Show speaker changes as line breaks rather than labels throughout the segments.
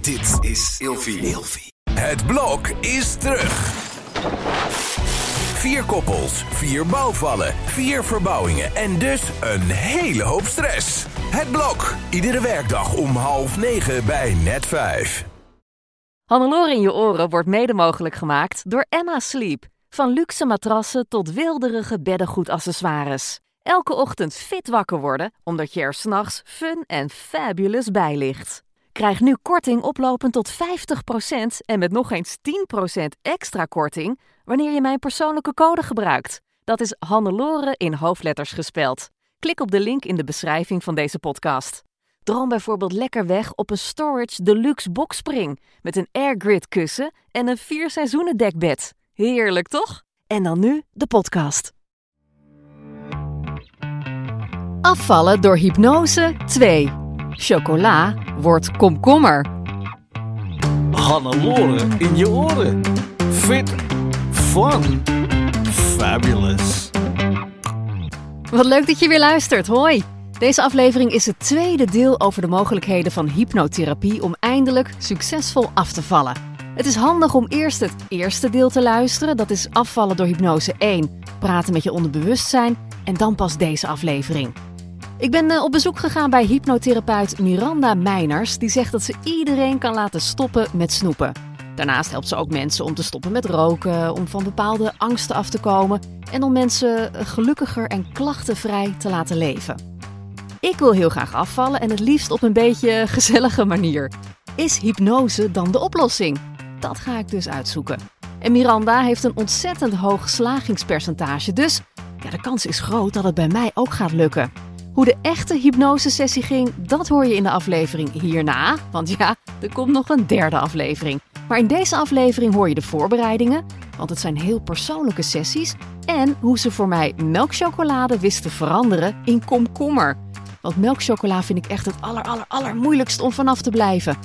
Dit is Ilfi. Het blok is terug. Vier koppels, vier bouwvallen, vier verbouwingen en dus een hele hoop stress. Het blok, iedere werkdag om half negen bij net vijf.
Hannelore in je oren wordt mede mogelijk gemaakt door Emma Sleep. Van luxe matrassen tot wilderige beddengoedaccessoires. Elke ochtend fit wakker worden, omdat je er s'nachts fun en fabulous bij ligt. Krijg nu korting oplopend tot 50% en met nog eens 10% extra korting wanneer je mijn persoonlijke code gebruikt. Dat is Hannelore in hoofdletters gespeld. Klik op de link in de beschrijving van deze podcast. Droom bijvoorbeeld lekker weg op een Storage Deluxe Boxspring met een airgrid kussen en een vier seizoenen dekbed. Heerlijk toch? En dan nu de podcast. Afvallen door hypnose 2. Chocola wordt komkommer.
Hannelore in je oren. Fit, fun, fabulous.
Wat leuk dat je weer luistert. Hoi. Deze aflevering is het tweede deel over de mogelijkheden van hypnotherapie om eindelijk succesvol af te vallen. Het is handig om eerst het eerste deel te luisteren, dat is afvallen door hypnose 1, praten met je onderbewustzijn en dan pas deze aflevering. Ik ben eh, op bezoek gegaan bij hypnotherapeut Miranda Meiners, die zegt dat ze iedereen kan laten stoppen met snoepen. Daarnaast helpt ze ook mensen om te stoppen met roken, om van bepaalde angsten af te komen en om mensen eh, gelukkiger en klachtenvrij te laten leven. Ik wil heel graag afvallen en het liefst op een beetje gezellige manier. Is hypnose dan de oplossing? Dat ga ik dus uitzoeken. En Miranda heeft een ontzettend hoog slagingspercentage, dus ja, de kans is groot dat het bij mij ook gaat lukken. Hoe de echte hypnosesessie ging, dat hoor je in de aflevering hierna. Want ja, er komt nog een derde aflevering. Maar in deze aflevering hoor je de voorbereidingen, want het zijn heel persoonlijke sessies. En hoe ze voor mij melkchocolade wist te veranderen in komkommer. Want melkchocola vind ik echt het aller, aller, aller moeilijkst om vanaf te blijven.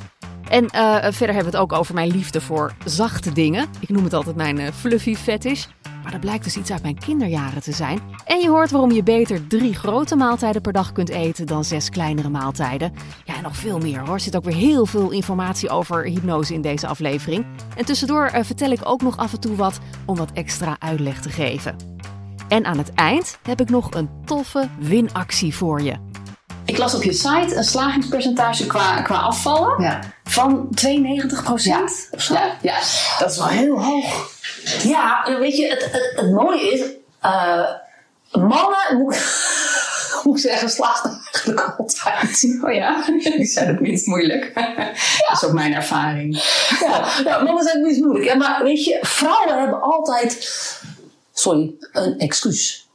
En eh, verder hebben we het ook over mijn liefde voor zachte dingen. Ik noem het altijd mijn eh, fluffy fetish. Maar dat blijkt dus iets uit mijn kinderjaren te zijn. En je hoort waarom je beter drie grote maaltijden per dag kunt eten dan zes kleinere maaltijden. Ja, en nog veel meer hoor. Er zit ook weer heel veel informatie over hypnose in deze aflevering. En tussendoor eh, vertel ik ook nog af en toe wat om wat extra uitleg te geven. En aan het eind heb ik nog een toffe winactie voor je.
Ik las op je site een slagingspercentage qua, qua afvallen
Ja.
van 92 procent of zo.
Ja, ja, dat is wel heel hoog.
Ja, en weet je, het, het, het mooie is, eh, mannen, moet, ik- moet ik zeggen, slagen eigenlijk altijd.
Oh ja, die zijn het minst moeilijk. Dat is ook mijn ervaring.
Ja, ja, mannen zijn het minst moeilijk. hè, Maar weet je, vrouwen hebben altijd, sorry, een excuus.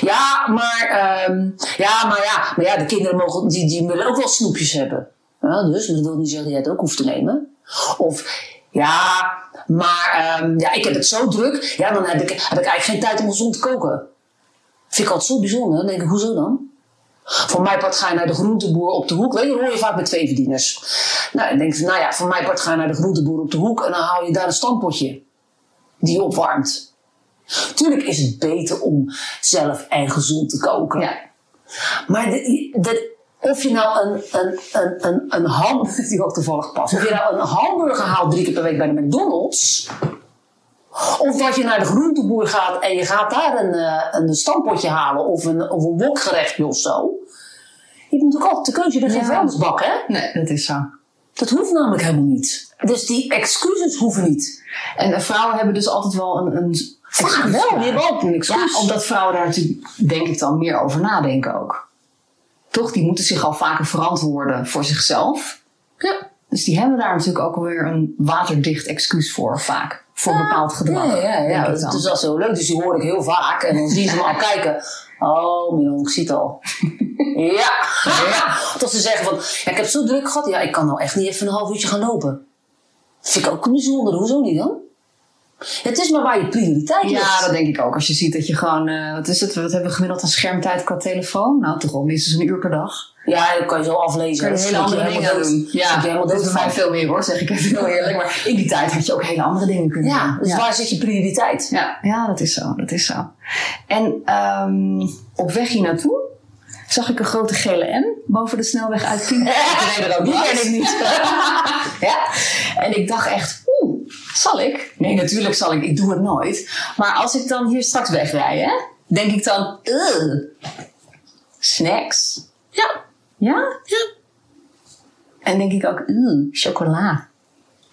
Ja, maar, ehm, ja, maar, ja, maar ja, de kinderen mogen, die, die willen ook wel snoepjes hebben. Ja, dus dat wil niet zeggen dat jij het ook hoeft te nemen. Of ja, maar ehm, ja, ik heb het zo druk. Ja, dan heb ik, heb ik eigenlijk geen tijd om gezond te koken. Vind ik altijd zo bijzonder. Dan denk ik, hoezo dan? Voor mij part ga je naar de groenteboer op de hoek. Weet je, dat hoor je vaak met twee verdieners. Nou, dan denk je van, nou ja, voor mij part ga je naar de groenteboer op de hoek en dan haal je daar een stampotje die je opwarmt. Tuurlijk is het beter om zelf en gezond te koken.
Ja.
Maar de- de- of je nou een, een, een, een, een ham, die ook toevallig past, of je nou een hamburger haalt drie keer per week bij de McDonald's, of dat je naar de groenteboer gaat en je gaat daar een, eh, een stampotje halen of een, of een wokgerechtje of zo. Je hebt natuurlijk altijd de keuze, je hebt geen
Ja.
vuilnisbak hè?
Nee, dat is zo.
Dat hoeft namelijk helemaal niet. Dus die excuses hoeven niet.
En eh, vrouwen hebben dus altijd wel een... een
Vaak wel, die hebben ook een excuus.
Ja, omdat vrouwen daar natuurlijk, denk ik dan, meer over nadenken ook. Toch, die moeten zich al vaker verantwoorden voor zichzelf.
Ja.
Dus die hebben daar natuurlijk ook weer een waterdicht excuus voor, vaak. Voor bepaald gedrag.
Ja, ja, ja.
denk ik
Dat,
dan.
is wel zo leuk. Dus die hoor ik heel vaak. En dan zien ze me al kijken. Oh, Milan, ik zie het al. ja. ja. Dat ze zeggen van, ja, ik heb zo druk gehad. Ja, ik kan nou echt niet even een half uurtje gaan lopen. Vind ik ook bijzonder. Hoezo niet dan? Het is maar waar je prioriteit
Ja,
ligt.
dat denk ik ook. Als je ziet dat je gewoon, eh, wat is het, wat hebben we gemiddeld aan schermtijd qua telefoon? Nou, toch al minstens een uur per dag.
ja, dat kan je zo aflezen.
Kun je
Dat schiet
hele
je
andere dingen
helemaal
doen.
dood.
Ja,
Schiet je helemaal
dat is
dood
voor mij
van.
veel meer hoor, zeg ik even heel eerlijk. Maar in die tijd had je ook hele andere dingen kunnen
Ja,
doen.
dus
Ja.
waar zit je prioriteit?
Ja, ja, dat is zo, dat is zo. En ehm, op weg hier naartoe zag ik een grote gele M boven de snelweg uit Kiepen.
Die ken ik niet.
Ja? En ik dacht echt, oeh, zal ik? Nee, natuurlijk zal ik. Ik doe het nooit. Maar als ik dan hier straks wegrij, hè, denk ik dan, "Ugh, snacks.
Ja.
Ja?
Ja.
En denk ik ook, "Ugh, chocola.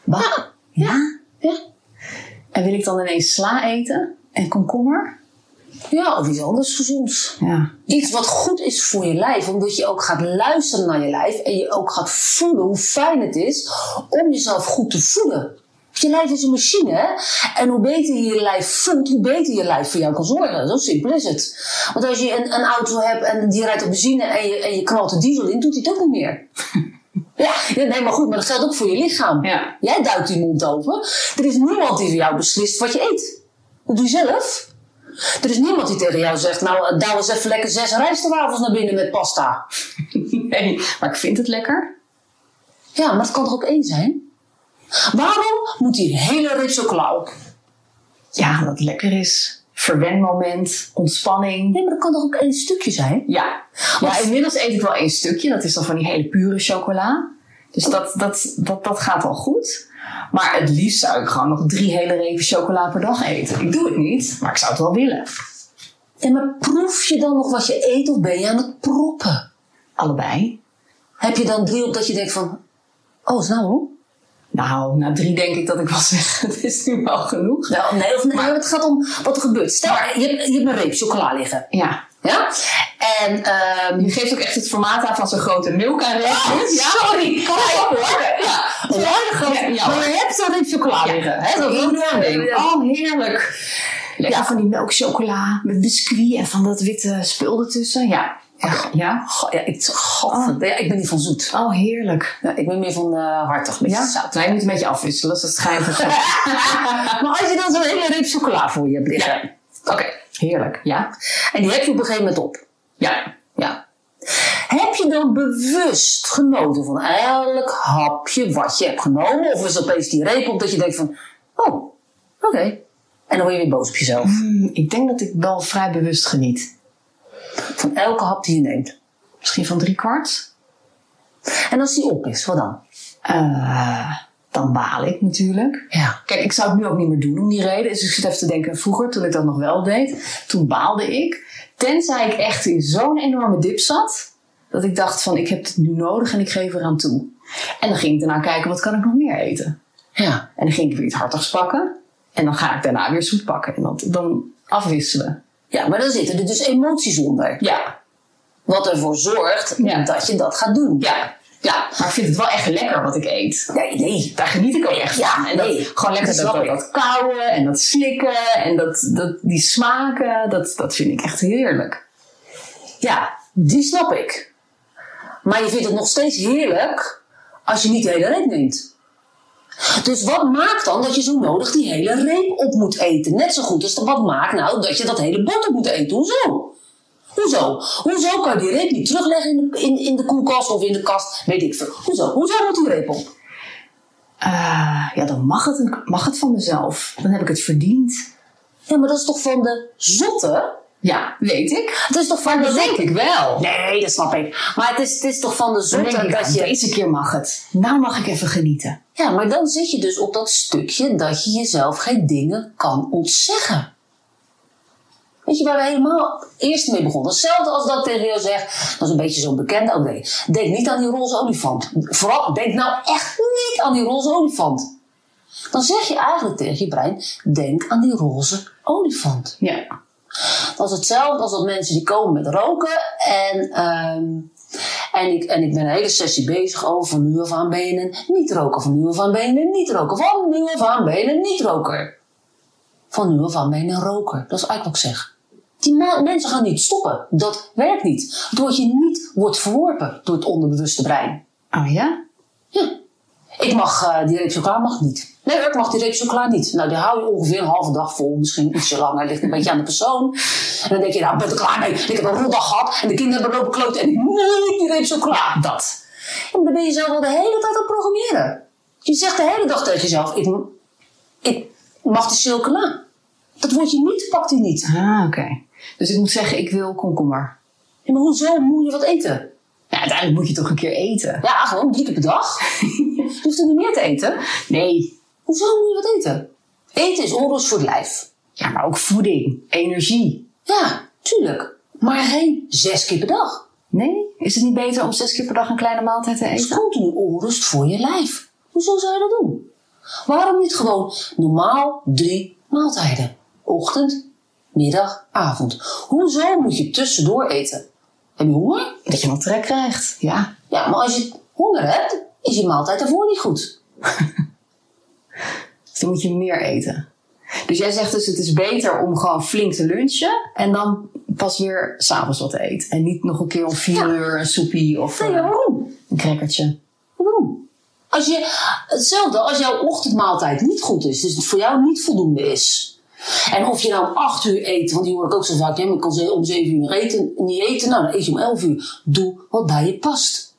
Bah. Ja.
Ja.
En wil ik dan ineens sla eten en komkommer?
Ja, of iets anders gezonds.
Ja.
Iets wat goed is voor je lijf, omdat je ook gaat luisteren naar je lijf en je ook gaat voelen hoe fijn het is om jezelf goed te voelen. Want Je lijf is een machine, hè? En hoe beter je je lijf voelt, hoe beter je lijf voor jou kan zorgen. Zo simpel is het. Want als je een, een auto hebt en die rijdt op benzine en je, en je knalt de diesel in, doet hij het ook niet meer. Ja, ja, nee, maar goed, maar dat geldt ook voor je lichaam.
Ja.
Jij duikt die mond open. Er is niemand die voor jou beslist wat je eet. Dat doe je zelf. Er is niemand die tegen jou zegt, nou, eh, douw eens even lekker zes rijstwafels naar binnen met pasta.
Nee, maar ik vind het lekker.
Ja, maar dat kan toch ook één zijn? Waarom moet die hele reep zo klauw?
Ja, dat lekker is. Verwenmoment, ontspanning.
Nee, maar dat kan toch ook één stukje zijn?
Ja, maar inmiddels eet ik wel één stukje. Dat is dan van die hele pure chocola. Dus dat, dat, dat, dat gaat al goed. Maar het liefst zou ik gewoon nog drie hele repen chocola per dag eten. Ik doe het niet, maar ik zou het wel willen.
Ja, maar proef je dan nog wat je eet of ben je aan het proppen?
Allebei.
Heb je dan drie op dat je denkt van, oh, is nou hoor?
Nou, na drie denk ik dat ik wel zeg, het is nu wel genoeg.
Nou, nee, of nee, maar het gaat om wat er gebeurt. Stel, je hebt, je hebt een reep chocola liggen.
Ja.
Ja?
En ehm, je geeft ook echt het formaat aan dus van zo'n grote milka
Oh, sorry, kan ik hoor.
Ja,
Een hele grote.
Ja, ja.
Maar je hebt zo'n reep chocola
Ja.
liggen. Hè? Dat
Enorm ding.
ding.
Oh, heerlijk. Lekker
Ja.
van die melkchocola met biscuit en van dat witte spul ertussen. Ja. Ja. ja.
Goh, ja, ik, godverd- ja, ik ben niet van zoet.
Oh, heerlijk.
Ja, ik ben meer van eh hartig, met
Ja?
zout.
Wij moeten een beetje afwisselen, dus dat schijnt verschil.
maar als je dan zo'n hele reep chocola voor je hebt liggen. Oké.
Heerlijk, ja.
En die heb je op een gegeven moment op.
Ja.
Ja. Heb je dan bewust genoten van elk hapje wat je hebt genomen? Of is dat opeens die reep op dat je denkt van... Oh, oké. En dan word je weer boos op jezelf.
Hm, Ik denk dat ik wel vrij bewust geniet.
Van elke hap die je neemt.
Misschien van drie kwart.
En als die op is, wat dan?
Eh, dan baal ik natuurlijk.
Ja.
Kijk, ik zou het nu ook niet meer doen om die reden. Dus ik zit even te denken, vroeger toen ik dat nog wel deed, toen baalde ik. Tenzij ik echt in zo'n enorme dip zat, dat ik dacht van ik heb het nu nodig en ik geef eraan toe. En dan ging ik daarna kijken, wat kan ik nog meer eten?
Ja.
En dan ging ik weer iets hartigs pakken. En dan ga ik daarna weer zoet pakken. En dan, dan afwisselen.
Ja, maar dan zitten er dus emoties onder.
Ja,
Wat ervoor zorgt
Ja.
dat je dat gaat doen.
ja, ja. Maar ik vind het wel echt lekker wat ik eet.
Nee, nee.
Daar geniet ik ook echt
Ja,
van. En dat,
nee.
gewoon lekker
Dat snap
dat, dat,
ik.
dat kauwen en dat slikken en dat, dat, die smaken. Dat, dat vind ik echt heerlijk.
Ja, die snap ik. Maar je vindt het nog steeds heerlijk als je niet de hele reep neemt. Dus wat maakt dan dat je zo nodig die hele reep op moet eten? Net zo goed als dat- wat maakt nou dat je dat hele bord op moet eten? Hoezo? Hoezo? Hoezo kan je die reep niet terugleggen in de, in, in de koelkast of in de kast? Weet ik veel. Hoezo? Hoezo moet die reep op?
Eh, ja, dan mag het, mag het van mezelf. Dan heb ik het verdiend.
Ja, maar dat is toch van de zotte?
Ja, weet ik.
Dat is toch van de
Dat denk
zotte?
ik wel.
Nee, dat snap ik. Maar het is, het is toch van de
Dan
zotte
denk ik,
dat
nou,
je...
deze keer mag het. Nou mag ik even genieten.
Ja, maar dan zit je dus op dat stukje dat je jezelf geen dingen kan ontzeggen. Weet je waar we helemaal eerst mee begonnen? Hetzelfde als dat tegen jou zegt, dat is een beetje zo'n bekende, oké, denk niet aan die roze olifant. Vooral, denk nou echt niet aan die roze olifant. Dan zeg je eigenlijk tegen je brein, denk aan die roze olifant.
Ja.
Dat is hetzelfde als dat mensen die komen met roken. En, ehm, en, ik, en ik ben een hele sessie bezig over van nu af aan ben je een niet-roker. Van nu af aan ben je een niet-roker. Van nu af aan ben je een niet-roker. Van nu af aan ben je een roker. Dat is eigenlijk wat ik zeg. Die ma- mensen gaan niet stoppen. Dat werkt niet. Doordat je niet wordt verworpen door het onderbewuste brein.
Oh ja?
Ja. Ik mag eh, die reep chocola mag niet. Nee hoor, ik mag die reep chocola niet. Nou, die hou je ongeveer een halve dag vol. Misschien ietsje langer. Ligt een beetje aan de persoon. En dan denk je, nou, ik ben er klaar mee. Ik heb een rotdag gehad. En de kinderen hebben lopen kloten. En ik moet die reep chocola. Dat. En dan ben je zelf al de hele tijd aan het programmeren. Je zegt de hele dag tegen jezelf, ik, ik mag die chocola. Dat wordt je niet, pakt hij niet.
Ah, oké. Dus ik moet zeggen, ik wil komkommer.
Ja, maar hoezo moet je wat eten?
Ja, uiteindelijk moet je toch een keer eten.
Ja, gewoon drie keer per dag. je hoeft er niet meer te eten.
Nee.
Hoezo moet je wat eten? Eten is onrust voor het lijf.
Ja, maar ook voeding, energie.
Ja, tuurlijk. Maar geen zes keer per dag.
Nee? Is het niet beter om zes keer per dag een kleine maaltijd te
Het is
eten?
continu onrust voor je lijf. Hoezo zou je dat doen? Waarom niet gewoon normaal drie maaltijden? Ochtend, middag, avond. Hoezo moet je tussendoor eten? Heb je honger?
Dat je nog trek krijgt. Ja.
Ja, maar als je honger hebt, is je maaltijd daarvoor niet goed.
Dus dan moet je meer eten. Dus jij zegt dus het is beter om gewoon flink te lunchen en dan pas weer s'avonds wat te eten. En niet nog een keer om vier
Ja.
uur een soepie of
Nee,
eh,
maar waarom?
een crackertje.
Waarom? Als je, hetzelfde als jouw ochtendmaaltijd niet goed is, dus het voor jou niet voldoende is. En of je nou om 8 uur eet, want die hoor ik ook zo vaak, ja, maar ik kan ze- om 7 uur eten, niet eten, nou dan eet je om 11 uur. Doe wat bij je past.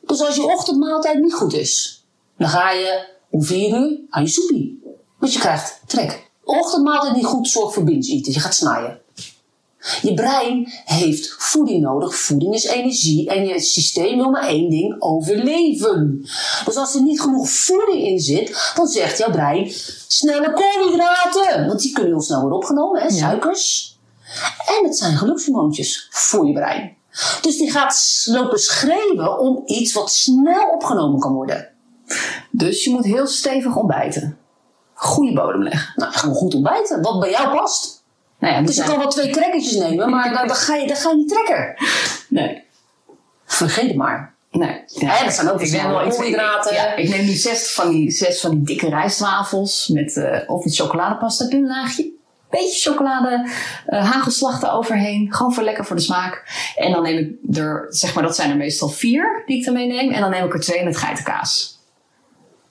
Dus als je ochtendmaaltijd niet goed is, dan ga je om 4 uur aan je soepie. Want je krijgt trek. Ochtendmaaltijd niet goed zorgt voor binge eten, je gaat snijden. Je brein heeft voeding nodig. Voeding is energie. En je systeem wil maar één ding: overleven. Dus als er niet genoeg voeding in zit, dan zegt jouw brein: snelle koolhydraten. Want die kunnen heel snel worden opgenomen, hè? suikers. En het zijn gelukshormoontjes voor je brein. Dus die gaat s- lopen schreeuwen om iets wat snel opgenomen kan worden.
Dus je moet heel stevig ontbijten. Goede bodem leggen.
Nou, gewoon goed ontbijten, wat bij jou past.
Nou ja,
Dus je
dat
kan wel twee trekkertjes nemen, maar dan, dan, ga, je, dan ga je niet trekken.
Nee.
Vergeet het maar.
Nee. Ja,
Hè, dat zijn ook
ik neem
snelle
wel iets-
koolhydraten.
Ja, ik neem nu zes van die, zes van die dikke rijstwafels met, eh, of met chocoladepasta. Doe een laagje. Beetje chocolade, eh hagelslag eroverheen. Gewoon voor lekker voor de smaak. En dan neem ik er, zeg maar, dat zijn er meestal vier die ik ermee neem. En dan neem ik er twee met geitenkaas.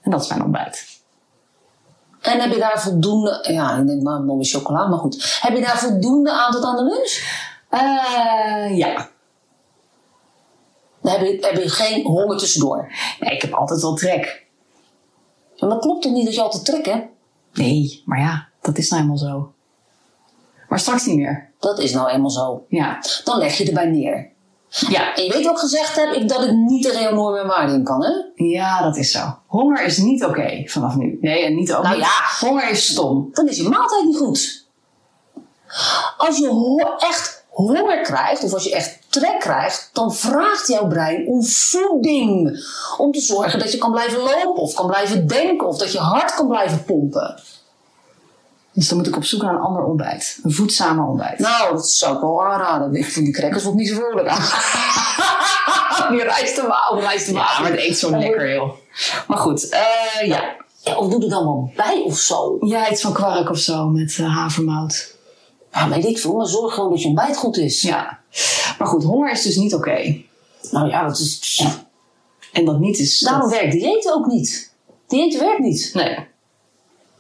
En dat is mijn ontbijt.
En heb je daar voldoende, ja, ik denk maar nog weer chocola, maar goed. Heb je daar voldoende aan tot aan de lunch?
Eh, ja.
Dan heb je, heb je geen honger tussendoor.
Nee, ik heb altijd wel trek.
Maar dat klopt toch niet dat je altijd trekt, hè?
Nee, maar ja, dat is nou helemaal zo. Maar straks niet meer.
Dat is nou eenmaal zo.
Ja.
Dan leg je erbij neer.
Ja,
En je weet wat ik gezegd heb, ik, dat ik niet tegen jouw normen en waarden in kan, hè?
Ja, dat is zo. Honger is niet oké vanaf nu. Nee, en niet ook
Nou
niet-
ja.
honger is stom.
Dan is je maaltijd niet goed. Als je ho- echt honger krijgt, of als je echt trek krijgt, dan vraagt jouw brein om voeding. Om te zorgen dat je kan blijven lopen, of kan blijven denken, of dat je hart kan blijven pompen.
Dus dan moet ik op zoek naar een ander ontbijt. Een voedzamer ontbijt.
Nou, dat zou ik wel aanraden. Ik vind die crackers ook niet zo vrolijk aan.
die rijst en wauw, rijst en Ja, maar het eet zo lekker, joh. Maar goed, eh, ja.
Ja, of doe er dan wel bij of zo.
Ja, iets van kwark of zo met eh, havermout.
Ja, weet ik veel. Maar zorg gewoon dat je ontbijt goed is.
Ja. Maar goed, honger is dus niet oké.
Nou ja, dat is...
En dat niet is... dat-
Daarom werkt diëten ook niet. Diëten werkt niet.
Nee.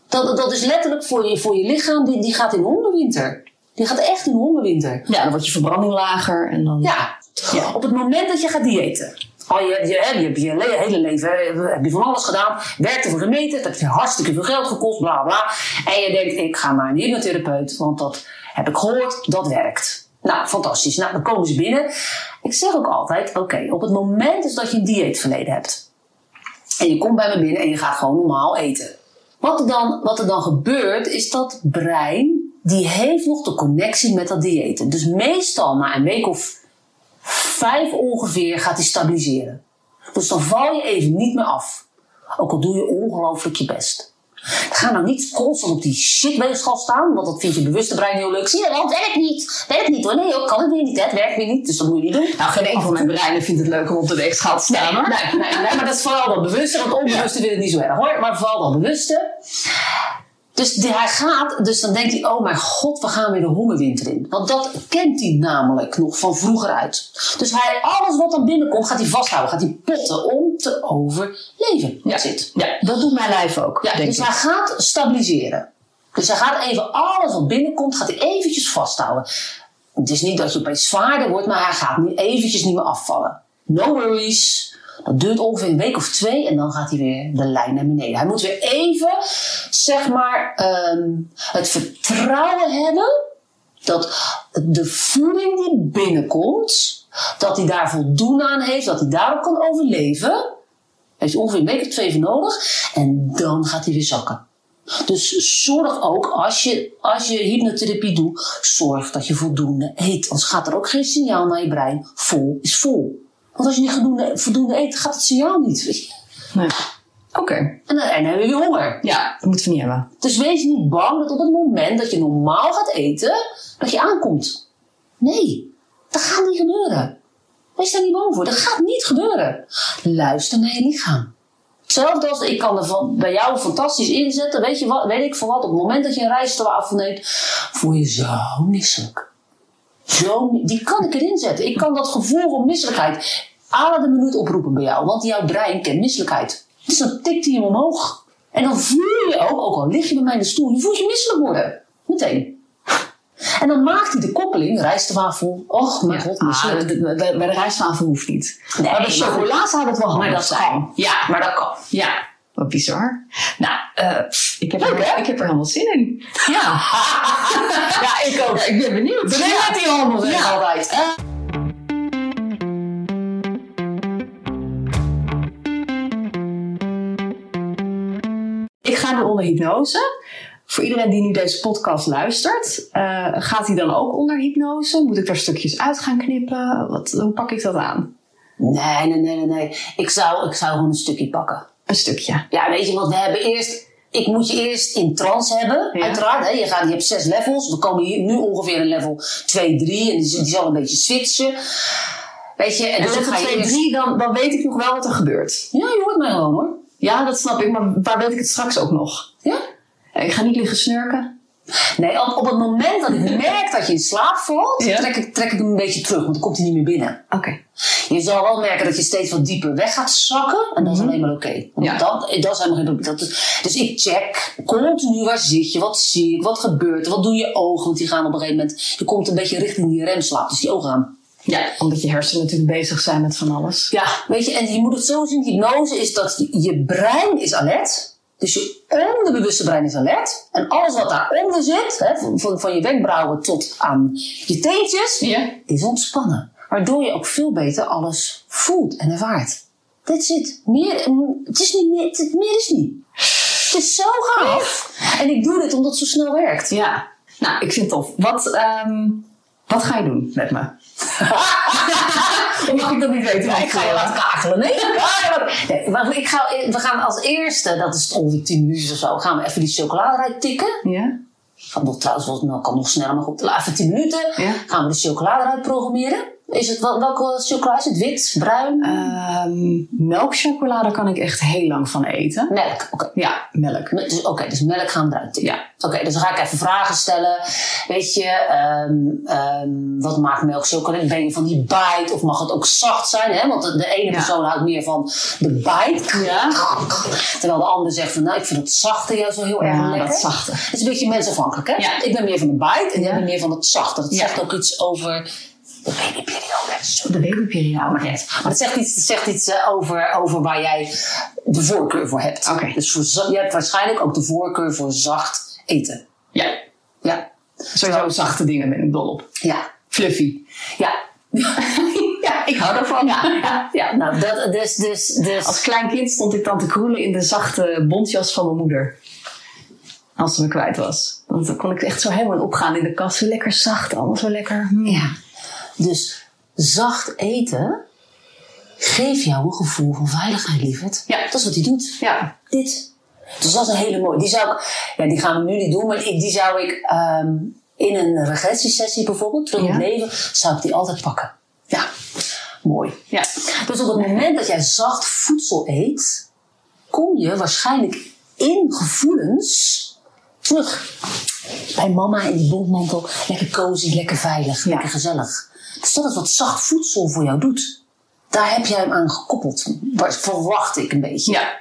Dat, dat is letterlijk voor je, voor je lichaam. Die, die gaat in hongerwinter. Die gaat echt in hongerwinter.
Ja, dan wordt je verbranding lager en dan...
Ja.
Ja.
Op het moment dat je gaat diëten. Al je, je, hè, je hebt je le- hele leven hè, heb je van alles gedaan. Werkte voor gemeten. Dat heeft je hartstikke veel geld gekost. Bla bla. En je denkt, ik ga naar een hypnotherapeut. Want dat heb ik gehoord. Dat werkt. Nou, fantastisch. Nou, dan komen ze binnen. Ik zeg ook altijd, oké, op het moment dus dat je een dieetverleden hebt. En je komt bij me binnen en je gaat gewoon normaal eten. Wat er dan, wat er dan gebeurt, is dat brein, die heeft nog de connectie met dat diëten. Dus meestal na een week of vijf ongeveer gaat die stabiliseren. Dus dan val je even niet meer af. Ook al doe je ongelooflijk je best. Ga nou niet constant op die shitweegschaal staan, want dat vindt je bewuste brein heel leuk. Zie je wel, het werkt niet. Werkt niet hoor. Nee, ik kan het weer niet. hè. Het werkt weer niet, dus dat moet je niet doen.
Nou, geen een van mijn breinen vindt het leuk om op de weegschaal te staan, hoor.
Nee, nee, nee, maar dat is vooral dat bewuste, want onbewuste wil het niet zo erg hoor, maar vooral dat bewuste. Dus die, hij gaat, dus dan denkt hij, oh mijn god, we gaan weer de hongerwinter in. Want dat kent hij namelijk nog van vroeger uit. Dus hij, alles wat dan binnenkomt, gaat hij vasthouden, gaat hij potten om te overleven. Dat zit.
Ja, dat doet mijn lijf ook,
Ja,
denk
dus
ik.
hij gaat stabiliseren. Dus hij gaat even alles wat binnenkomt, gaat hij eventjes vasthouden. Het is niet dat je opeens zwaarder wordt, maar hij gaat nu eventjes niet meer afvallen. No worries. Dat duurt ongeveer een week of twee en dan gaat hij weer de lijn naar beneden. Hij moet weer even, zeg maar, ehm, het vertrouwen hebben dat de voeding die binnenkomt, dat hij daar voldoende aan heeft, dat hij daarop kan overleven. Heeft hij ongeveer een week of twee voor nodig. En dan gaat hij weer zakken. Dus zorg ook, als je, als je hypnotherapie doet, zorg dat je voldoende eet. Anders gaat er ook geen signaal naar je brein. Vol is vol. Want als je niet voldoende, voldoende eet, gaat het signaal niet. weet je.
Nee. Oké,
En dan, en dan heb je weer honger.
ja, dat moeten we niet hebben.
Dus wees niet bang dat op het moment dat je normaal gaat eten, dat je aankomt. Nee, dat gaat niet gebeuren. Wees daar niet bang voor. Dat gaat niet gebeuren. Luister naar je lichaam. Hetzelfde als ik kan er van, bij jou fantastisch inzetten. Weet, je wat, weet ik voor wat. Op het moment dat je een rijstwafel neemt, voel je zo misselijk. Zo, mi- die kan ik erin zetten. Ik kan dat gevoel van misselijkheid à la de minuut oproepen bij jou. Want jouw brein kent misselijkheid. Dus dan tikt hij hem omhoog. En dan voel je ook, ook al lig je bij mij in de stoel, je voelt je misselijk worden. Meteen. En dan maakt hij de koppeling, rijstwafel. Och, mijn god, misselijk.
Ah, de- de- de- bij de rijstwafel hoeft niet.
Nee,
maar bij
maar-
chocola zou dat wel handig
Maar dat
zijn.
kan.
Ja,
Maar dat kan.
ja. Wat bizar. Nou, eh, pff, ik, heb
Leuk,
er,
hè?
ik heb er helemaal zin in. Ja. ja, ik ook. ik ben benieuwd.
Ben jij met die handel zeg
Ja.
altijd? Eh,
Ik ga nu onder hypnose. Voor iedereen die nu deze podcast luistert, eh, gaat die dan ook onder hypnose? Moet ik daar stukjes uit gaan knippen? Wat, hoe pak ik dat aan?
Nee, nee, nee, nee, nee. Ik zou, ik zou gewoon een stukje pakken.
Een stukje.
Ja, weet je, want we hebben eerst. Ik moet je eerst in trance hebben,
Ja.
uiteraard. Hè. Je, gaat, je hebt zes levels. We komen hier nu ongeveer in level 2, 3. En die, die zal een beetje switchen. Weet je, en,
En
dus dan
level
ga je
2,
eerst...
3, dan, dan weet ik nog wel wat er gebeurt.
Ja, je hoort mij gewoon hoor.
Ja, dat snap ik, maar waar weet ik het straks ook nog?
Ja?
Eh, Ik ga niet liggen snurken.
Nee, op, op het moment dat ik merk dat je in slaap valt,
Ja.
trek, ik, trek ik hem een beetje terug, want dan komt hij niet meer binnen.
Oké.
Je zal wel merken dat je steeds wat dieper weg gaat zakken. En dat is alleen maar oké. Want
Ja.
Dat, dat is helemaal geen probleem. Dat is- Dus ik check continu waar zit je, wat zie ik, wat gebeurt er, wat doen je ogen. Want die gaan op een gegeven moment, je komt een beetje richting die remslaap, dus die ogen aan.
Ja, omdat je hersenen natuurlijk bezig zijn met van alles.
Ja, weet je, en je moet het zo zien, hypnose is dat je- je brein is alert. Dus je onderbewuste brein is alert. En alles wat daaronder zit, hè, van, van, van je wenkbrauwen tot aan je teentjes,
Ja.
is ontspannen. Waardoor je ook veel beter alles voelt en ervaart. That's it. Meer, mm, het is niet meer, het, meer is niet. Het is zo gaaf. En ik doe dit omdat het zo snel werkt.
Ja. Nou, ik vind het tof. Wat, ehm, wat ga je doen met me? Mag ik dat niet weten?
Ja, ik ga je laten kakelen. Nee, ik ga je laten- nee maar ik ga, we gaan als eerste, dat is ongeveer 10 minuten of zo, gaan we even die chocoladerij tikken.
Ja?
Van, nog, trouwens, wel- nou, kan nog sneller, maar goed. Laat Even 10 minuten.
Ja.
Gaan we de chocolade eruit programmeren. Is het, wel- welke chocolade is het? Wit, bruin,
Ehm, melkchocolade kan ik echt heel lang van eten.
melk? Oké,
Ja, melk.
Me- dus, oké, dus melk gaan we eruit tikken.
Ja.
Oké, dus dan ga ik even vragen stellen. Weet je, ehm, ehm, wat maakt melk chocolade? Ben je van die bite of mag het ook zacht zijn? Hè? Want de, de ene
Ja.
persoon houdt meer van de bite.
Ja.
Terwijl de ander zegt van, nou, ik vind het zachte juist wel heel erg
Ja,
lekker.
dat zachte.
Het is een beetje mensafhankelijk, hè?
Ja.
Ik ben meer van de bite en
Ja.
jij bent meer van het zachte. Dat
Ja.
zegt ook iets over de babyperiode. Zo
De babyperiode.
Yes. Maar het zegt iets, het zegt iets eh, over, over waar jij de voorkeur voor hebt.
Oké.
Dus voor, za- je hebt waarschijnlijk ook de voorkeur voor zacht eten.
Ja.
Ja.
Sowieso zachte dingen ben ik dol op.
Ja.
Fluffy.
Ja.
ja, ik hou ervan.
Ja. ja. Nou, dat, dus, dus, dus.
Als klein kind stond ik dan te kroelen in de zachte bontjas van mijn moeder. Als ze me kwijt was. Want dan kon ik echt zo helemaal opgaan in de kast. Zo lekker zacht, allemaal zo lekker. mm.
ja. Dus zacht eten geeft jou een gevoel van veiligheid, lieverd.
Ja.
Dat is wat hij doet.
Ja.
Dit. Dus dat is een hele mooie. Die zou ik, ja, die gaan we nu niet doen, maar ik- die zou ik ehm, in een regressiesessie bijvoorbeeld, terug in het
Ja.
leven, zou ik die altijd pakken. Ja. Mooi.
Ja.
Dus op het moment dat jij zacht voedsel eet, kom je waarschijnlijk in gevoelens terug. Bij mama in die bontmantel, lekker cozy, lekker veilig,
Ja.
lekker gezellig. Dus dat is wat zacht voedsel voor jou doet. Daar heb jij hem aan gekoppeld, Waar- verwacht ik een beetje.
Ja.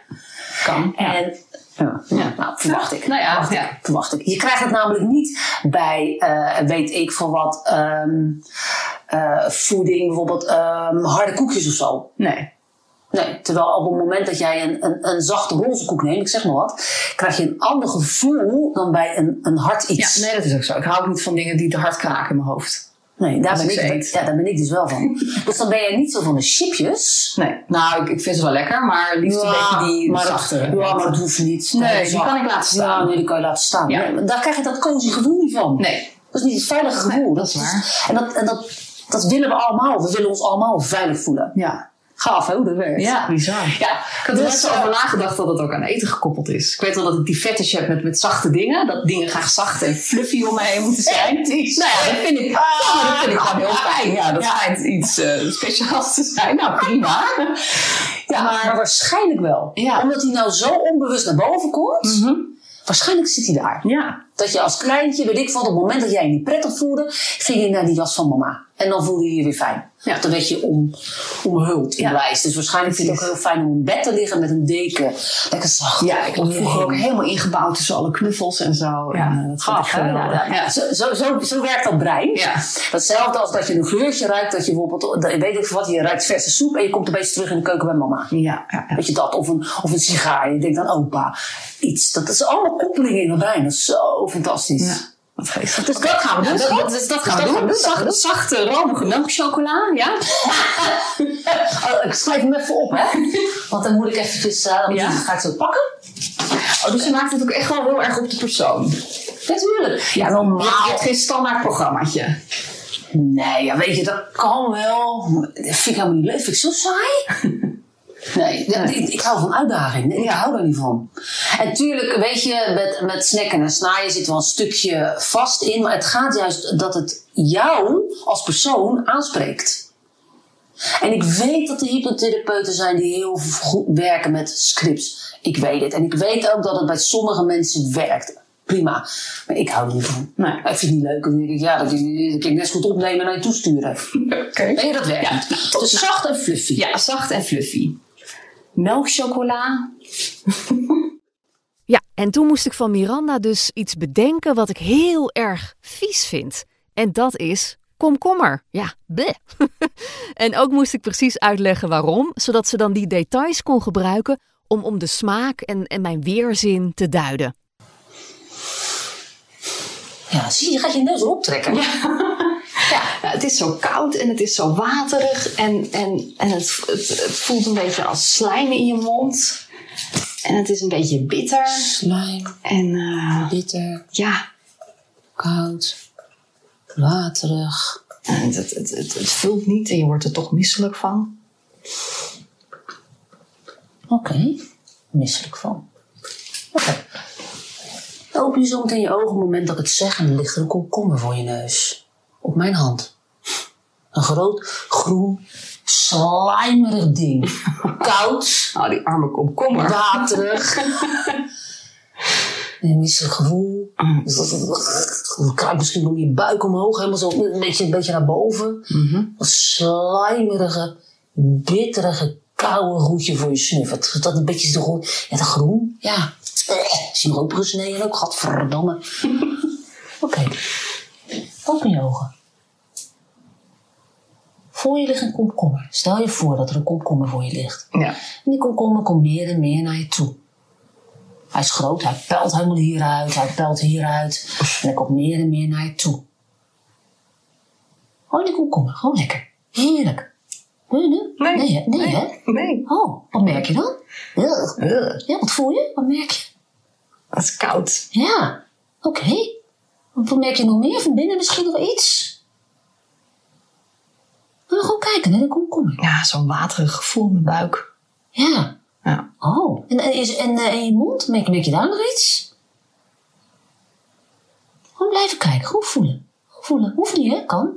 Kan.
En, ja,
Ja.
nou, verwacht ik.
Nou ja,
verwacht
ja.
ik, verwacht ik. Je krijgt het namelijk niet bij, eh, weet ik van wat, ehm, eh, voeding, bijvoorbeeld ehm, harde koekjes of zo.
Nee.
Nee, terwijl op het moment dat jij een, een, een zachte roze koek neemt, ik zeg maar wat, krijg je een ander gevoel dan bij een, een hard iets.
Ja, Dus- nee, dat is ook zo. Ik hou ook niet van dingen die te hard kraken in mijn hoofd.
Nee, daar
Als
ben,
ik
ik,
ze
dat-
eet.
ja, daar ben ik dus wel van. dus dan ben jij niet zo van de chipjes.
Nee. Nou, ik, ik vind ze wel lekker, maar liefst een
Ja,
beetje die
maar dat-
zachtere.
Ja, maar dat hoeft niet.
Nee,
Dat
die
is zacht.
kan ik laten staan.
Ja, nee, die kan je laten staan.
Ja.
Nee, maar daar krijg je dat cozy gevoel niet van.
Nee.
Dat is niet het veilige gevoel.
Nee, dat is
En, dat, en dat, dat willen we allemaal. We willen ons allemaal veilig voelen.
Ja.
Gaaf, hè, hoe dat werkt.
Ja, bizar. Ja, ik had er
Dus,
net zo
eh,
over nagedacht dat het ook aan eten gekoppeld is. Ik weet wel dat ik die fetish heb met, met zachte dingen. Dat dingen graag zacht en fluffy om me heen moeten zijn. Nou ja, dat vind ik, ja, dat vind ik gewoon heel fijn. Ja, dat schijnt iets eh, speciaals te zijn. Nou, prima.
Ja, maar, waarschijnlijk wel.
Ja. Mhm.
Omdat hij nou zo onbewust naar boven komt. Waarschijnlijk zit hij daar.
Ja.
Dat je als kleintje, weet ik van, op het moment dat jij je niet prettig voelde, ging je naar die jas van mama. En dan voelde je je weer fijn.
Ja.
Dan werd je om, omhuld in
Ja.
wijs. Dus waarschijnlijk vind je het ook heel fijn om in bed te liggen met een deken. Lekker zacht.
Ja, ik
om
was
je
vroeger ook
heen.
helemaal ingebouwd tussen alle knuffels en zo.
Ja,
En, eh, dat vond ik
gaaf, hè?
geweldig.
Ja, ja. Zo, zo, zo, zo werkt dat brein.
Ja.
Hetzelfde als dat je een geurtje ruikt, dat je bijvoorbeeld, dat- weet ik veel wat, je ruikt verse soep en je komt een beetje terug in de keuken bij mama.
Ja, ja, ja.
Weet je dat? Of een, of een sigaar. Je denkt aan opa. Iets. Dat is allemaal koppelingen in het brein. Dat is zo fantastisch.
Ja, Wat geestig.
Dus dat gaan we doen.
Ja, dat,
schat.
dat, dat, dat gaan we doen.
Zacht-
Zacht- zachte, romige melkchocola, ja?
Oh, ik schrijf hem even op, hè? Want dan moet ik eventjes... eh, dan
Ja.
ga ik zo pakken.
Oh, dus je maakt het ook echt wel heel erg op de persoon.
Natuurlijk. Ja,
Je hebt, je hebt geen standaard programmaatje.
Nee, ja, weet je, dat kan wel. Maar Dat vind ik helemaal niet leuk. Vind ik zo saai. Nee, dat- Ik, ik hou van uitdaging. Nee, Ik hou daar niet van. En tuurlijk, weet je, met, met snacken en snaaien zit wel een stukje vast in. Maar het gaat juist dat het jou als persoon aanspreekt. En ik weet dat er hypnotherapeuten zijn die heel goed werken met scripts. Ik weet het. En ik weet ook dat het bij sommige mensen werkt. Prima. Maar ik hou er niet van.
Nee.
Ik vind het niet leuk. Dan denk ik, ja, dat, dat kan ik net zo goed opnemen en naar je toesturen.
Oké.
Nee, dat werkt.
Ja,
niet.
nou,
dus
nou.
zacht en fluffy.
Ja, zacht en fluffy. Melkchocola.
Ja, en toen moest ik van Miranda dus iets bedenken wat ik heel erg vies vind. En dat is komkommer. Ja, bleh. en ook moest ik precies uitleggen waarom, zodat ze dan die details kon gebruiken om, om de smaak en, en mijn weerzin te duiden.
Ja, zie je, je gaat je neus erop trekken. Ja.
Ja, het is zo koud en het is zo waterig. En, en, en het, het, het voelt een beetje als slijm in je mond. En het is een beetje bitter.
Slime,
En eh,
bitter,
ja,
koud, waterig.
en het, het, het, het, het vult niet en je wordt er toch misselijk van.
Oké, misselijk van. Oké. Dan Open je zo meteen je ogen op het moment dat ik het zeg en er ligt er een komkommer voor je neus. Op mijn hand. Een groot, groen, slijmerig ding. Koud,
Oh, die arme komkommer.
waterig. Een misselijk gevoel. Dus Dan kruipt misschien om je buik omhoog, helemaal zo een beetje, een beetje naar boven. Dat slijmerige, bitterige, koude roetje voor je snuffert. Dat een beetje zo groen. Ja, dat groen. Ja. Is hier ook gesneden ook? Gadverdamme. Oké. Open je ogen. Voor je ligt een komkommer. Stel je voor dat er een komkommer voor je ligt.
Ja.
En die komkommer komt meer en meer naar je toe. Hij is groot, hij pelt helemaal hieruit, hij pelt hieruit. En hij komt meer en meer naar je toe. Oh, die komkommer, gewoon lekker. Heerlijk. Nee, nee, nee, hè? nee, hè?
Nee.
Oh, wat merk je dan? Ugh.
Ugh,
Ja, wat voel je? Wat merk je?
dat is koud.
Ja, oké. Wat merk je nog meer van binnen misschien of iets? Nou, gewoon kijken naar de komkommer.
Ja, zo'n waterig gevoel in mijn buik.
Ja,
Ja.
Oh, en, en, is- en, eh, en je mond, merk, merk je daar nog iets? Gewoon blijven kijken, gewoon voelen. Gewoon voelen. Hoeft niet, hè? Kan.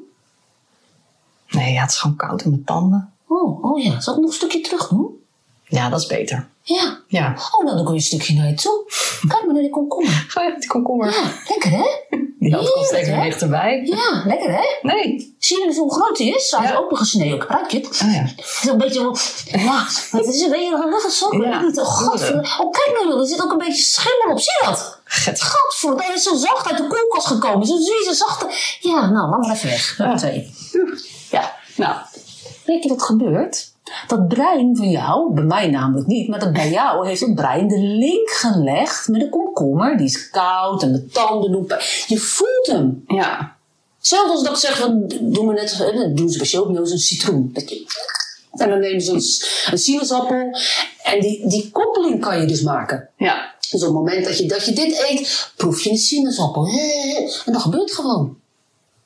Nee, ja, het is gewoon koud in mijn tanden.
Oh, oh ja. Zal ik nog een stukje terug doen?
Ja, dat is beter.
Ja.
Ja.
Oh, nou, dan kun je een stukje naar je toe. Kijk maar naar die komkommer.
Ga je met Oh die komkommer?
Ja, lekker, hè?
Die hand komt
Heerlijk,
steeds
hè?
meer dichterbij.
Ja, lekker, hè?
Nee.
Zie je dus hoe groot die is? Hij is
Ja.
opengesneden. ook. Ruik je het?
Oh ja.
Het is een beetje... Ja, het is een beetje een rugge sok.
Ja.
Ja. Oh, kijk nou, joh, er zit ook een beetje schimmel op. Zie je dat?
Get.
Gadver, dat is zo zacht uit de koelkast gekomen. Zo'n vieze, zachte... Ja, nou, laat maar even weg. Ja.
Nou,
Weet je wat gebeurt? Dat brein van jou, bij mij namelijk niet, maar dat bij jou heeft het brein de link gelegd met een komkommer. Die is koud en de tanden doen pijn. Je voelt hem.
Ja.
Zelfs als dat ik zeg, van, doe me net, eh, dat doen ze bij champignons een citroen. Dat je, en dan nemen ze een, s- een sinaasappel. En die, die koppeling kan je dus maken.
Ja.
Dus op het moment dat je, dat je dit eet, proef je een sinaasappel. En dat gebeurt gewoon.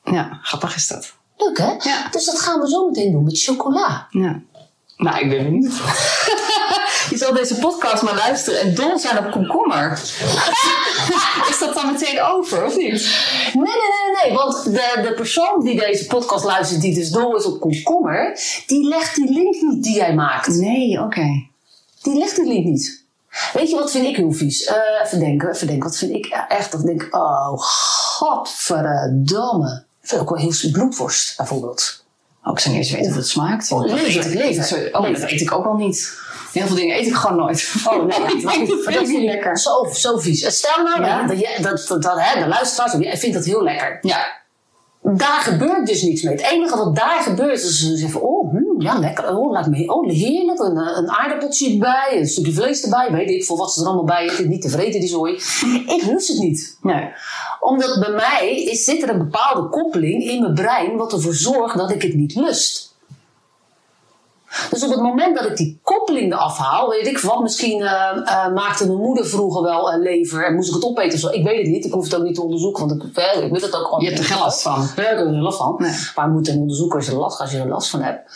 Ja. Grappig is dat.
Leuk hè?
Ja.
Dus dat gaan we zo meteen doen met chocola.
Ja. Nou, ik ben benieuwd. Je zal deze podcast maar luisteren en dol zijn op komkommer. Is dat dan meteen over, of niet?
Nee, nee, nee, nee, nee. Want de, de persoon die deze podcast luistert, die dus dol is op komkommer, die legt die link niet die jij maakt.
Nee, oké.
Die legt die link niet. Weet je wat vind ik heel vies? Eh even denken, even denken. Wat vind ik echt? Dat ik denk, oh, godverdamme. Vind ik ook wel heel s- bloedworst, bijvoorbeeld.
Oh, ik zou niet eens weten hoe het smaakt.
Oh,
dat
lever,
eet ik,
lever.
sorry. Oh, dat
Lever.
eet ik ook al niet. Heel veel dingen eet ik gewoon nooit.
Oh, nee,
dat vind ik niet lekker.
Zo, zo vies. En Stel nou
Ja.
dat, jij- dat, dat, dat hè, de luisteraars, jij vindt dat heel lekker.
Ja.
daar gebeurt dus niets mee. Het enige wat daar gebeurt is ze zeggen: oh, hmm, ja, lekker. Oh, laat me, oh heerlijk. Een, eh, een aardappeltje erbij, een stukje vlees erbij. Weet ik veel wat ze er allemaal bij eten. Niet te vreten, die zooi. Ik lust het niet.
Nee.
Omdat bij mij is, zit er een bepaalde koppeling in mijn brein wat ervoor zorgt dat ik het niet lust. Dus op het moment dat ik die koppeling eraf haal, weet ik wat, misschien eh, eh, maakte mijn moeder vroeger wel eh, lever en moest ik het opeten of zo. Ik weet het niet, ik hoef het ook niet te onderzoeken, want ik, eh, ik weet het ook gewoon
Je hebt er
niet.
geen last van.
Ja, ik heb er last van.
Nee.
Maar je moet een onderzoeker als je er last, als je er last van hebt.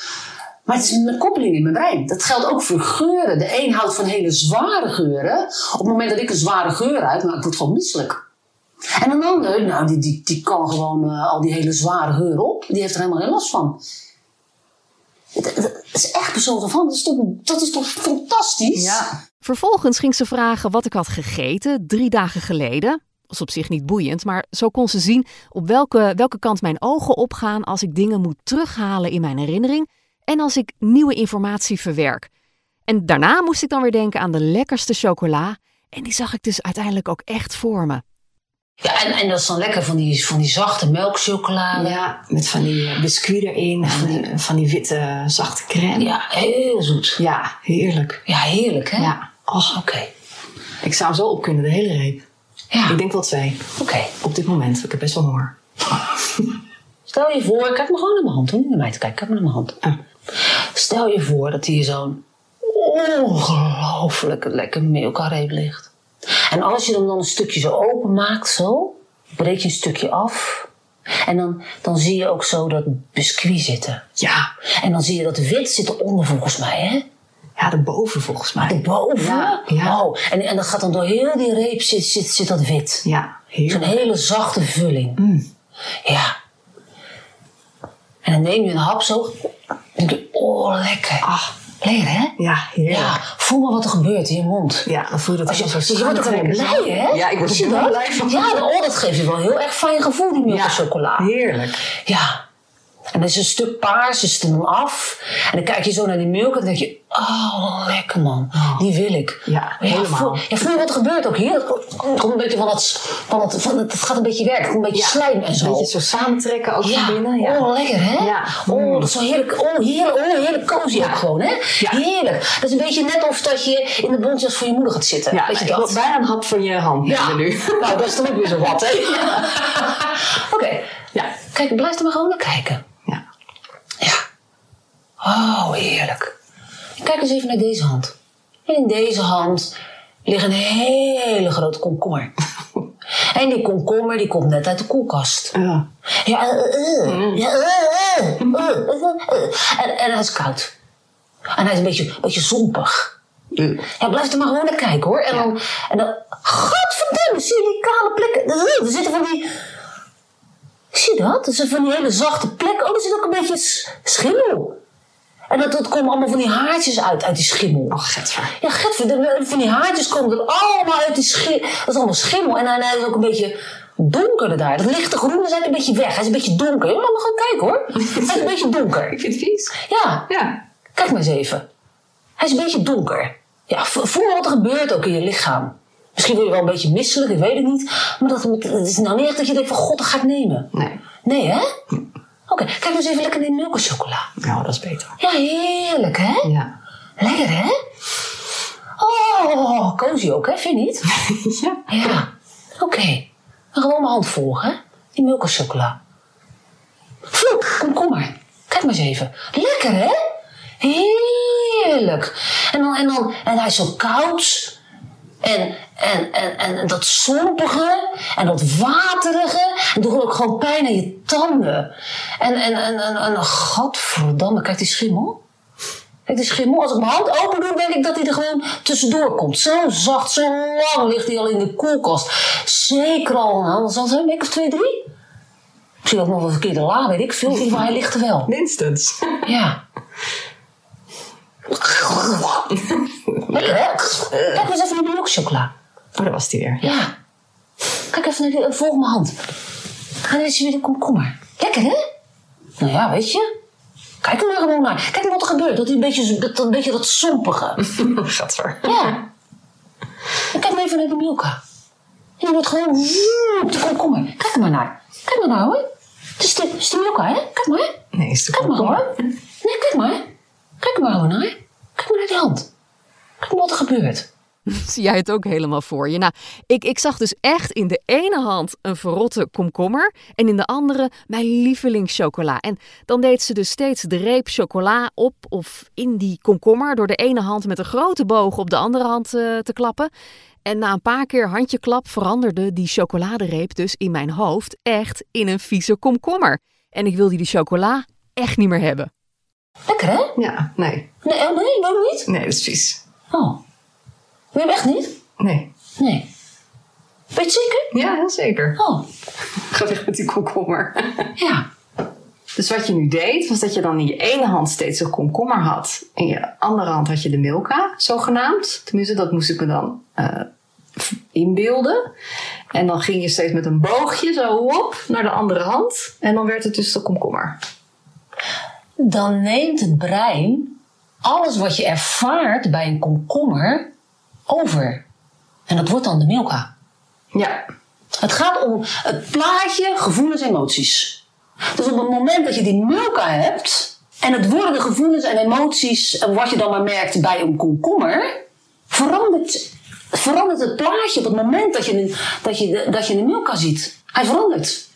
Maar het is een koppeling in mijn brein. Dat geldt ook voor geuren. De een houdt van hele zware geuren. Op het moment dat ik een zware geur uit, maar ik word gewoon misselijk. En een ander, nou, die, die, die kan gewoon eh, al die hele zware geur op. Die heeft er helemaal geen last van. Het, het is echt persoonlijk van. Dat is toch, dat is toch fantastisch?
Ja.
Vervolgens ging ze vragen wat ik had gegeten drie dagen geleden. Dat is op zich niet boeiend, maar zo kon ze zien op welke, welke kant mijn ogen opgaan als ik dingen moet terughalen in mijn herinnering en als ik nieuwe informatie verwerk. En daarna moest ik dan weer denken aan de lekkerste chocola en die zag ik dus uiteindelijk ook echt voor me.
Ja, en, en dat is dan lekker van die, van die zachte melkchocolade.
Ja, met van die eh, biscuit erin, en van die, van die witte eh, zachte crème.
Ja, heel zoet.
Ja, heerlijk.
Ja, heerlijk hè?
Ja,
Oh, oké.
ik zou zo op kunnen, de hele reep.
Ja,
Ik
oké.
denk wel twee, op dit moment. Ik heb best wel honger.
Stel je voor, kijk maar gewoon naar mijn hand, hoor. Niet naar mij te kijken, kijk maar naar mijn hand.
Ah.
Stel je voor dat hier zo'n ongelooflijk lekker meelkareep ligt. En als je hem dan een stukje zo openmaakt, zo, breek je een stukje af. En dan, dan zie je ook zo dat biscuit zitten.
Ja,
En dan zie je dat wit zit eronder volgens mij, hè?
ja, daarboven volgens
Oh.
mij.
Boven.
Ja, ja.
Oh, en, en dat gaat dan door heel die reep zit, zit, zit dat wit.
Ja,
Zo'n
heerlijk.
hele zachte vulling.
Mm.
Ja. En dan neem je een hap zo. Dan denk je, oh, lekker.
Ah,
Lekker, hè?
ja, heerlijk.
Ja. Voel maar wat er gebeurt in je mond.
Ja, dan voel je dat
Als je,
helemaal zo
je wordt ook
schuin
helemaal
trekken.
blij, hè?
Ja, ik word
Zie je
er
dat?
wel blij van.
Ja, oh, dat geeft je wel een heel erg fijn gevoel, die milk
Ja,
chocola.
Heerlijk.
Ja. En dan is een stuk paars, is het dan af. En dan kijk je zo naar die milk en dan denk je... Oh, lekker man. Die wil ik.
Ja, helemaal.
Voel, ja, voel je wat er gebeurt ook hier? Het komt- Het komt een beetje van dat... Van dat, van dat het gaat een beetje werken. Het komt een beetje slijm en zo.
Beetje zo samentrekken ook
ja.
van binnen. Ja.
oh lekker hè?
Ja. Mm.
Oh, dat is wel heerlijk. Oh, heerlijk. Oh, heerlijk cozy ook gewoon hè?
Ja.
Heerlijk. Dat is een beetje net of dat je in de bontjas voor je moeder gaat zitten.
Ja,
Weet je
ik wil
dat?
bijna een hap van je hand
Ja.
hebben nu.
Nou, dat is dan ook weer zo wat hè? Oké.
Ja.
Kijk, blijf er maar gewoon naar kijken.
Ja.
Ja. Oh, heerlijk. En Kijk eens even naar deze hand. En in deze hand ligt een hele grote komkommer. en die komkommer die komt net uit de koelkast.
Ja.
Ja, eh, eh, ja, eh, eh, eh, eh, eh. En, en hij is koud. En hij is een beetje, een beetje zompig. Ja, blijf er maar gewoon naar kijken hoor. En dan, en dan godverdomme, silicale plekken. Eh, Er zitten van die... Zie je dat? Er zitten van die hele zachte plekken. Oh, er zit ook een beetje s- schimmel. En dat, dat komen allemaal van die haartjes uit, uit die schimmel.
Oh, getver.
Ja, getver, van die haartjes komen er allemaal uit die schimmel. Dat is allemaal schimmel. En hij hij is ook een beetje donkerder daar. Dat lichte groene zijn een beetje weg. Hij is een beetje donker. Je mag maar gewoon kijken hoor. Hij is een beetje donker.
Ik vind het vies.
Ja,
Ja.
kijk maar eens even. Hij is een beetje donker. Ja, vo- voel wat er gebeurt ook in je lichaam. Misschien word je wel een beetje misselijk, ik weet het niet. Maar dat, het is nou niet echt dat je denkt van god, dat ga ik nemen.
Nee.
Nee, hè? Oké, kijk eens even lekker in de melk en chocola.
Nou, dat is beter.
Ja, heerlijk hè?
Ja.
Lekker hè? Oh, cozy ook hè, vind je niet?
ja.
Ja, oké. Dan Gewoon mijn hand volgen, hè? Die melk en chocola. Vloep, kom, kom maar. Kijk maar eens even. Lekker, hè? Heerlijk. En, dan, en, dan, en hij is zo koud. En, en, en, en dat sompige. En dat waterige. En doet ook gewoon pijn aan je tanden. En, en, en, en, en godverdamme, kijk die schimmel. Kijk, die schimmel, als ik mijn hand open doe, denk ik dat hij er gewoon tussendoor komt. Zo zacht, zo lang ligt hij al in de koelkast. Zeker al, nou, dat zal zijn, een week of twee, drie. Misschien ook nog wel verkeerde la, weet ik veel. In ieder geval, hij ligt er wel.
Minstens.
Ja. Lekker, hè? Kijk eens even naar die melkchocola.
Oh, daar was die weer.
Ja. Kijk even naar die, eh, volg mijn hand. En dan is hij weer de komkommer. Lekker, hè? Nou ja, weet je. Kijk er maar gewoon naar. Kijk wat er gebeurt. Dat hij een beetje, zo- dat, dat- een beetje dat sompige.
Gadver.
Ja. En kijk maar even naar de Milka. En die wordt gewoon woep, de komkommer. Kijk er maar naar. Kijk maar naar hoor. Het is de, het is de Milka, hè? Kijk maar. hè?
Nee, is de
Kijk maar
komkommer.
hoor. Nee, kijk maar. Kijk er maar gewoon naar. Kijk maar naar die hand. Kijk maar wat er gebeurt.
Zie jij het ook helemaal voor je? Nou, ik, ik zag dus echt in de ene hand een verrotte komkommer en in de andere mijn lievelingschocola. En dan deed ze dus steeds de reep chocola op of in die komkommer door de ene hand met een grote boog op de andere hand eh, te klappen. En na een paar keer handjeklap veranderde die chocoladereep dus in mijn hoofd echt in een vieze komkommer. En ik wilde die chocola echt niet meer hebben.
Lekker, hè?
Ja, nee.
Nee, oh nee, waarom niet?
Nee, dat is vies.
Oh. Wil je hem echt niet?
Nee.
Nee. Ben je het zeker?
Ja, heel zeker.
Oh,
Ga weg met die komkommer.
ja.
Dus wat je nu deed, was dat je dan in je ene hand steeds een komkommer had. In je andere hand had je de Milka, zogenaamd. Tenminste, dat moest ik me dan eh, inbeelden. En dan ging je steeds met een boogje zo op naar de andere hand. En dan werd het dus de komkommer.
dan neemt het brein alles wat je ervaart bij een komkommer over. En dat wordt dan de Milka.
Ja,
Het gaat om het plaatje gevoelens en emoties. Dus op het moment dat je die Milka hebt en het worden de gevoelens en emoties en wat je dan maar merkt bij een komkommer, verandert, verandert het plaatje op het moment dat je, een- dat je, de- dat je een Milka ziet. Hij verandert.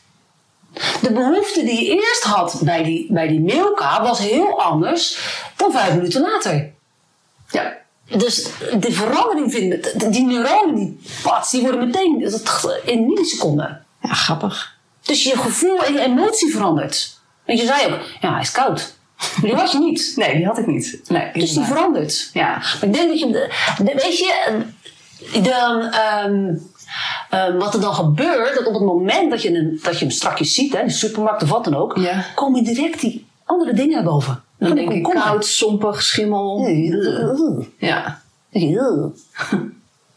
De behoefte die je eerst had bij die, bij die Milka was heel anders dan vijf minuten later.
ja.
Dus de verandering vinden, die neuronen, die pats, die worden meteen in milliseconden.
Ja, grappig.
Dus je gevoel en je emotie verandert. Want je zei ook, ja, hij is koud. Maar die was je niet.
Nee, die had ik niet. Nee,
Dus die
inderdaad.
verandert.
Ja,
Maar ik denk dat je, de- de- weet je, de, ehm, ehm, wat er dan gebeurt, dat op het moment dat je hem, dat je hem strakjes ziet, hè, in de supermarkt of wat dan ook,
Ja.
komen direct die andere dingen naar boven.
dan
Van de
denk ik
komkommer.
koud, sompig, schimmel. Ja,
Eeuw.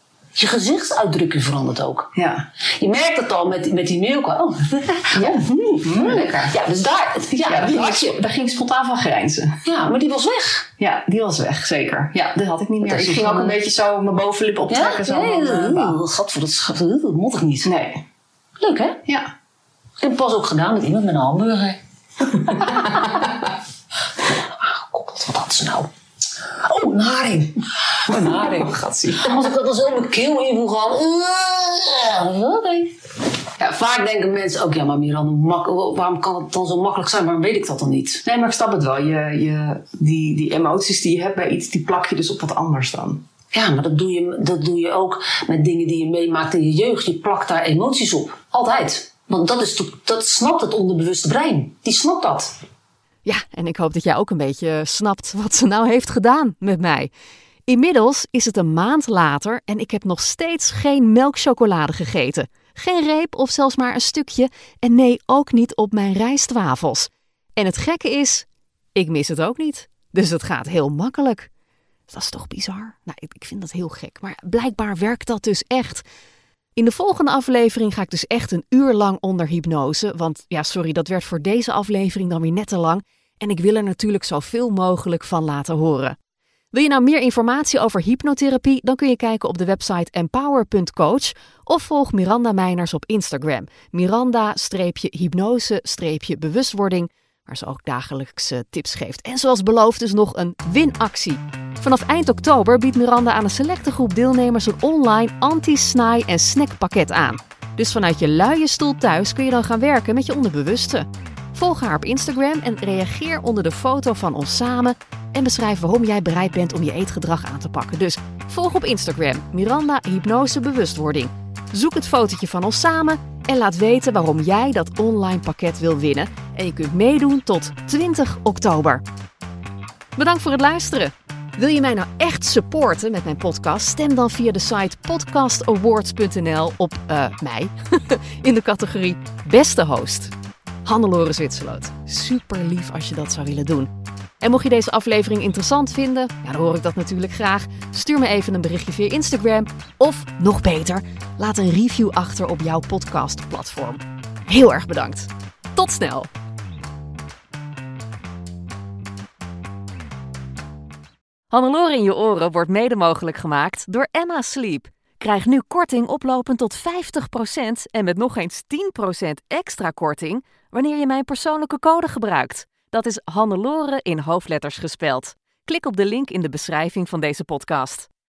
Je gezichtsuitdrukking verandert ook.
ja.
Je merkt het al met, met die milk. Oh. hmm.
Ja, lekker.
Ja, dus daar, ja,
Ja,
die
daar
had
ging, ik-
je.
daar ging ik spontaan van grijnzen.
Ja, maar die was weg.
Ja, die was weg, zeker. Ja, dat had ik niet meer.
Dat is
ik ging ook
gewoon-
een beetje zo mijn bovenlip optrekken. zo,
ja, nee,
van, eh,
eh,
bah.
gadver, dat, is- eh, dat moet ik niet.
nee,
Leuk hè?
ja.
Ik heb het pas ook gedaan met iemand met een hamburger. Aangekoppeld, wat had ze nou? Oh, een haring. Een haring.
Gatsie.
Als ik dat dan zo in mijn keel in voel gaan. eh, Oké. Ja, vaak denken mensen ook, ja maar Miran, hoe mak- waarom kan het dan zo makkelijk zijn? Waarom weet ik dat dan niet?
Nee, maar ik snap het wel. Je, je, die, die emoties die je hebt bij iets, die plak je dus op wat anders dan.
Ja, maar dat doe, je, dat doe je ook met dingen die je meemaakt in je jeugd. Je plakt daar emoties op. Altijd. Want dat, is, to- dat snapt het onderbewuste brein. Die snapt dat.
Ja, en ik hoop dat jij ook een beetje snapt wat ze nou heeft gedaan met mij. Inmiddels is het een maand later en ik heb nog steeds geen melkchocolade gegeten. Geen reep of zelfs maar een stukje. En nee, ook niet op mijn rijstwafels. En het gekke is, ik mis het ook niet. Dus het gaat heel makkelijk. Dat is toch bizar? Nou, ik, ik vind dat heel gek. Maar blijkbaar werkt dat dus echt. In de volgende aflevering ga ik dus echt een uur lang onder hypnose. Want ja, sorry, dat werd voor deze aflevering dan weer net te lang. En ik wil er natuurlijk zoveel mogelijk van laten horen. Wil je nou meer informatie over hypnotherapie? Dan kun je kijken op de website empower.coach of volg Miranda Meiners op Instagram. Miranda-hypnose-bewustwording. waar ze ook dagelijks eh, tips geeft. En zoals beloofd dus nog een winactie. Vanaf eind oktober biedt Miranda aan een selecte groep deelnemers een online anti-snaai- en snackpakket aan. Dus vanuit je luie stoel thuis kun je dan gaan werken met je onderbewuste. Volg haar op Instagram en reageer onder de foto van ons samen en beschrijf waarom jij bereid bent om je eetgedrag aan te pakken. Dus volg op Instagram Miranda Hypnose Bewustwording. Zoek het fotootje van ons samen en laat weten waarom jij dat online pakket wil winnen. En je kunt meedoen tot 20 oktober. Bedankt voor het luisteren. Wil je mij nou echt supporten met mijn podcast? Stem dan via de site podcastawards.nl op eh, mij in de categorie Beste Host. Hannelore Zwitserloot, super lief als je dat zou willen doen. En mocht je deze aflevering interessant vinden, ja, dan hoor ik dat natuurlijk graag. Stuur me even een berichtje via Instagram. Of nog beter, laat een review achter op jouw podcastplatform. Heel erg bedankt. Tot snel! Hannelore in je oren wordt mede mogelijk gemaakt door Emma Sleep. Krijg nu korting oplopend tot 50% en met nog eens 10% extra korting wanneer je mijn persoonlijke code gebruikt. Dat is Hannelore in hoofdletters gespeld. Klik op de link in de beschrijving van deze podcast.